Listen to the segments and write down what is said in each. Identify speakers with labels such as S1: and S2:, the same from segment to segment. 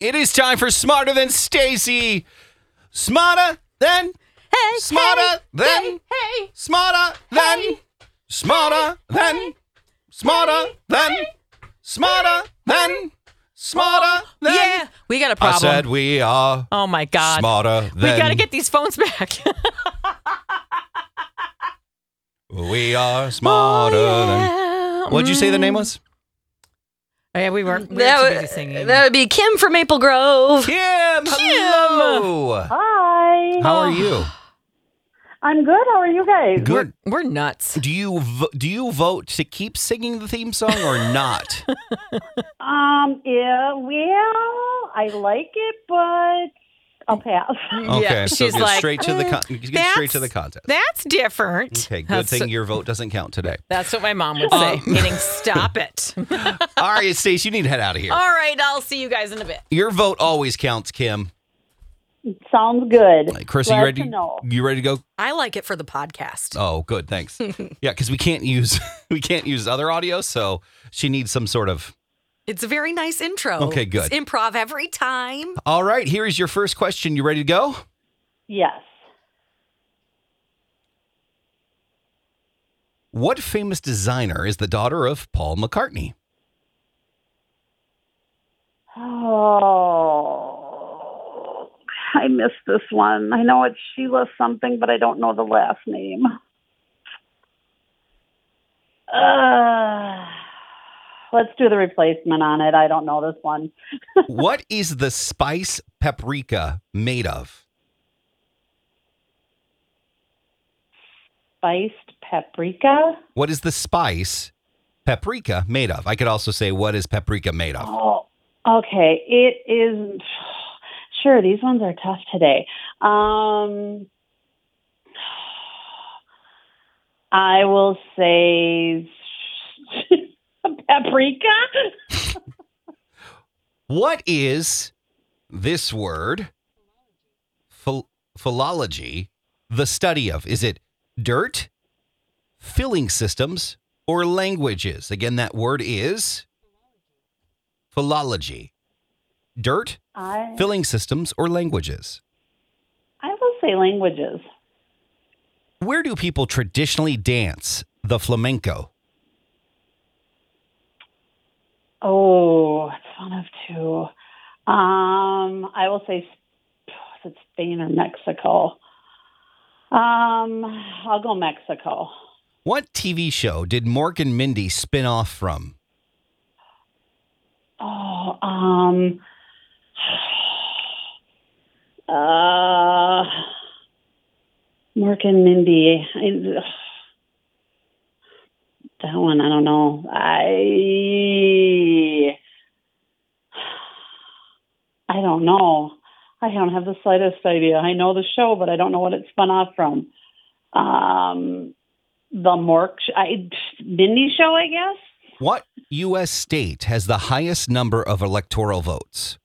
S1: It is time for Smarter Than Stacy. Smarter than,
S2: Hey,
S1: Smarter than-
S2: hey, hey,
S1: smarter than,
S2: Hey.
S1: smarter than, smarter than, smarter than, smarter than.
S2: yeah, we got a
S1: I
S2: problem.
S1: said we are
S2: oh my god,
S1: smarter
S2: we
S1: than.
S2: got to get these phones back.
S1: We are smarter than. What'd you say the name was?
S2: Oh, yeah, we weren't. We were
S3: That
S2: too
S3: would,
S2: busy singing.
S3: that would be Kim from Maple Grove.
S1: Kim. Hello.
S4: Hi.
S1: How are you?
S2: Oh.
S4: I'm good. How are you guys?
S1: Good.
S2: we're nuts.
S1: Do you vo- do you vote to keep singing the theme song or not?
S4: Um, yeah, well, I like it, but I'll pass.
S1: Okay, so
S2: she's
S1: get
S2: like, "Mm,
S1: straight to the con- get straight to the
S2: that's-
S1: content.
S2: That's different.
S1: Okay, good
S2: That's-
S1: thing Um, your vote doesn't count today.
S2: That's what my mom would say. Getting stop it.
S1: All right, Stace, you need to head out of here.
S2: All right, I'll see you guys in a bit.
S1: Your vote always counts, Kim.
S4: Sounds good.
S1: Chris,
S4: Glad
S1: you ready?
S4: To know.
S1: You ready to go?
S3: I like it for the podcast.
S1: Oh, good, thanks. yeah, because we can't use we can't use other audio, so she needs some sort of.
S3: It's a very nice intro.
S1: Okay, good.
S3: It's improv every time.
S1: All right, here is your first question. You ready to go?
S4: Yes.
S1: What famous designer is the daughter of Paul McCartney?
S4: Oh, I missed this one. I know it's Sheila something, but I don't know the last name. Uh, let's do the replacement on it. I don't know this one.
S1: what is the spice paprika made of?
S4: Spiced paprika.
S1: What is the spice paprika made of? I could also say, what is paprika made of?
S4: Oh, okay. It is. Sure, these ones are tough today. Um, I will say paprika.
S1: What is this word, phil- philology, the study of? Is it dirt, filling systems, or languages? Again, that word is philology. Dirt,
S4: I,
S1: filling systems, or languages?
S4: I will say languages.
S1: Where do people traditionally dance the flamenco?
S4: Oh, it's one of two. Um, I will say, is it Spain or Mexico? Um, I'll go Mexico.
S1: What TV show did Mork and Mindy spin off from?
S4: Oh, um, uh, Mark and Mindy. I, ugh. that one, I don't know. I, I don't know. I don't have the slightest idea. I know the show, but I don't know what it spun off from. Um, the Mork, sh- I, Mindy show, I guess.
S1: What U.S. state has the highest number of electoral votes?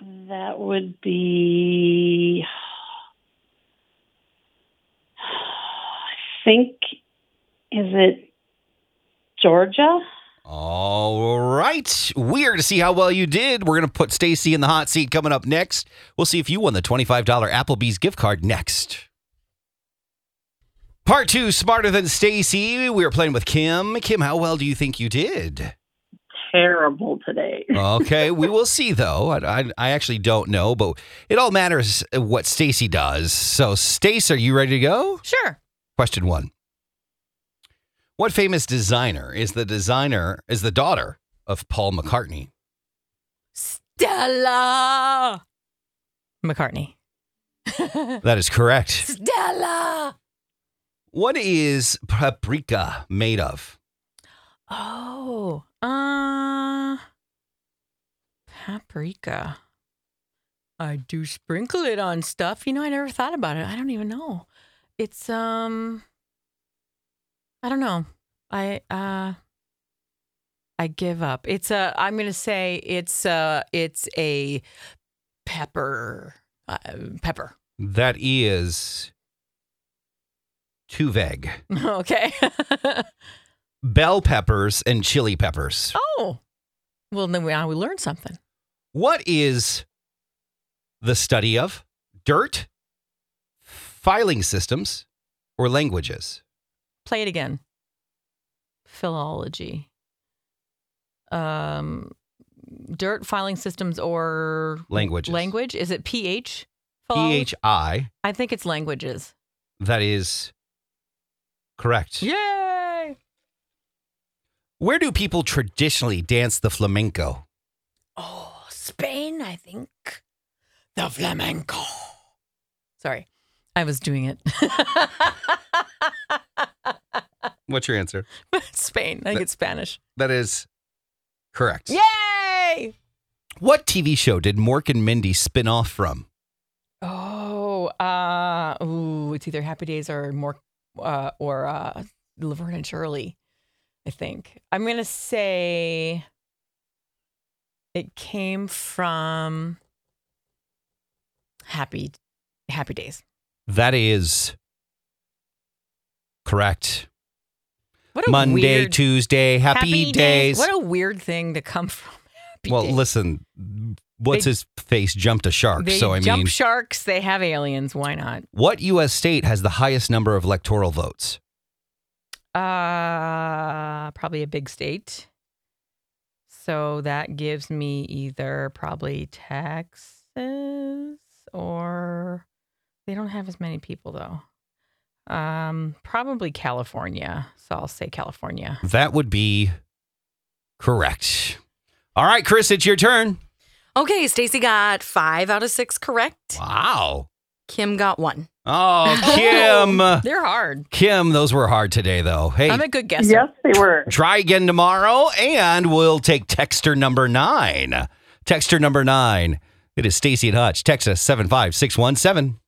S4: That would be, I think, is it Georgia?
S1: All right. We are to see how well you did. We're going to put Stacy in the hot seat coming up next. We'll see if you won the $25 Applebee's gift card next. Part two, Smarter Than Stacy. We are playing with Kim. Kim, how well do you think you did?
S4: Terrible today.
S1: Okay, we will see though. I, I, I actually don't know, but it all matters what Stacy does. So, Stace, are you ready to go?
S2: Sure.
S1: Question one. What famous designer is the designer is the daughter of Paul McCartney?
S2: Stella McCartney.
S1: That is correct.
S2: Stella.
S1: What is paprika made of?
S2: Oh, uh, paprika. I do sprinkle it on stuff. You know, I never thought about it. I don't even know. It's um, I don't know. I uh, I give up. It's a. I'm gonna say it's uh, it's a pepper. Uh, pepper.
S1: That is tuveg,
S2: okay.
S1: bell peppers, and chili peppers.
S2: oh, Well, then we, I would learn something.
S1: What is the study of dirt, filing systems, or languages?
S2: Play it again. Philology. Um, dirt filing systems or
S1: Languages.
S2: language? Is it pH? philology?
S1: PHI,
S2: I think it's languages.
S1: that is correct.
S2: Yay!
S1: Where do people traditionally dance the flamenco?
S2: Oh, Spain, I think. The flamenco. Sorry, I was doing it.
S1: What's your answer?
S2: Spain. I think it's Spanish.
S1: That is correct.
S2: Yay!
S1: What TV show did Mork and Mindy spin off from?
S2: Oh, uh, ooh, it's either Happy Days or more, uh, or uh, Laverne and Shirley. I think I'm gonna say it came from Happy Happy Days.
S1: That is correct.
S2: What a
S1: Monday,
S2: weird,
S1: Tuesday, happy, days.
S2: What a weird thing to come from. Happy
S1: well,
S2: Days.
S1: listen, what's
S2: They-
S1: his face jumped a shark.
S2: They
S1: so I
S2: jump
S1: mean,
S2: sharks. They have aliens. Why not?
S1: what U.S. state has the highest number of electoral votes?
S2: Uh, probably a big state. So that gives me either probably Texas or they don't have as many people though. Um, probably California. So I'll say California.
S1: That would be correct. All right, Chris, it's your turn.
S3: Okay, Stacy got five out of six correct.
S1: Wow.
S3: Kim got one.
S1: Oh, Kim.
S2: They're hard.
S1: Kim, those were hard today, though. Hey,
S2: I'm a good guesser.
S4: Yes, they were.
S1: Try again tomorrow, and we'll take texter number nine. Texter number nine. It is Stacy and Hutch, Texas 75617.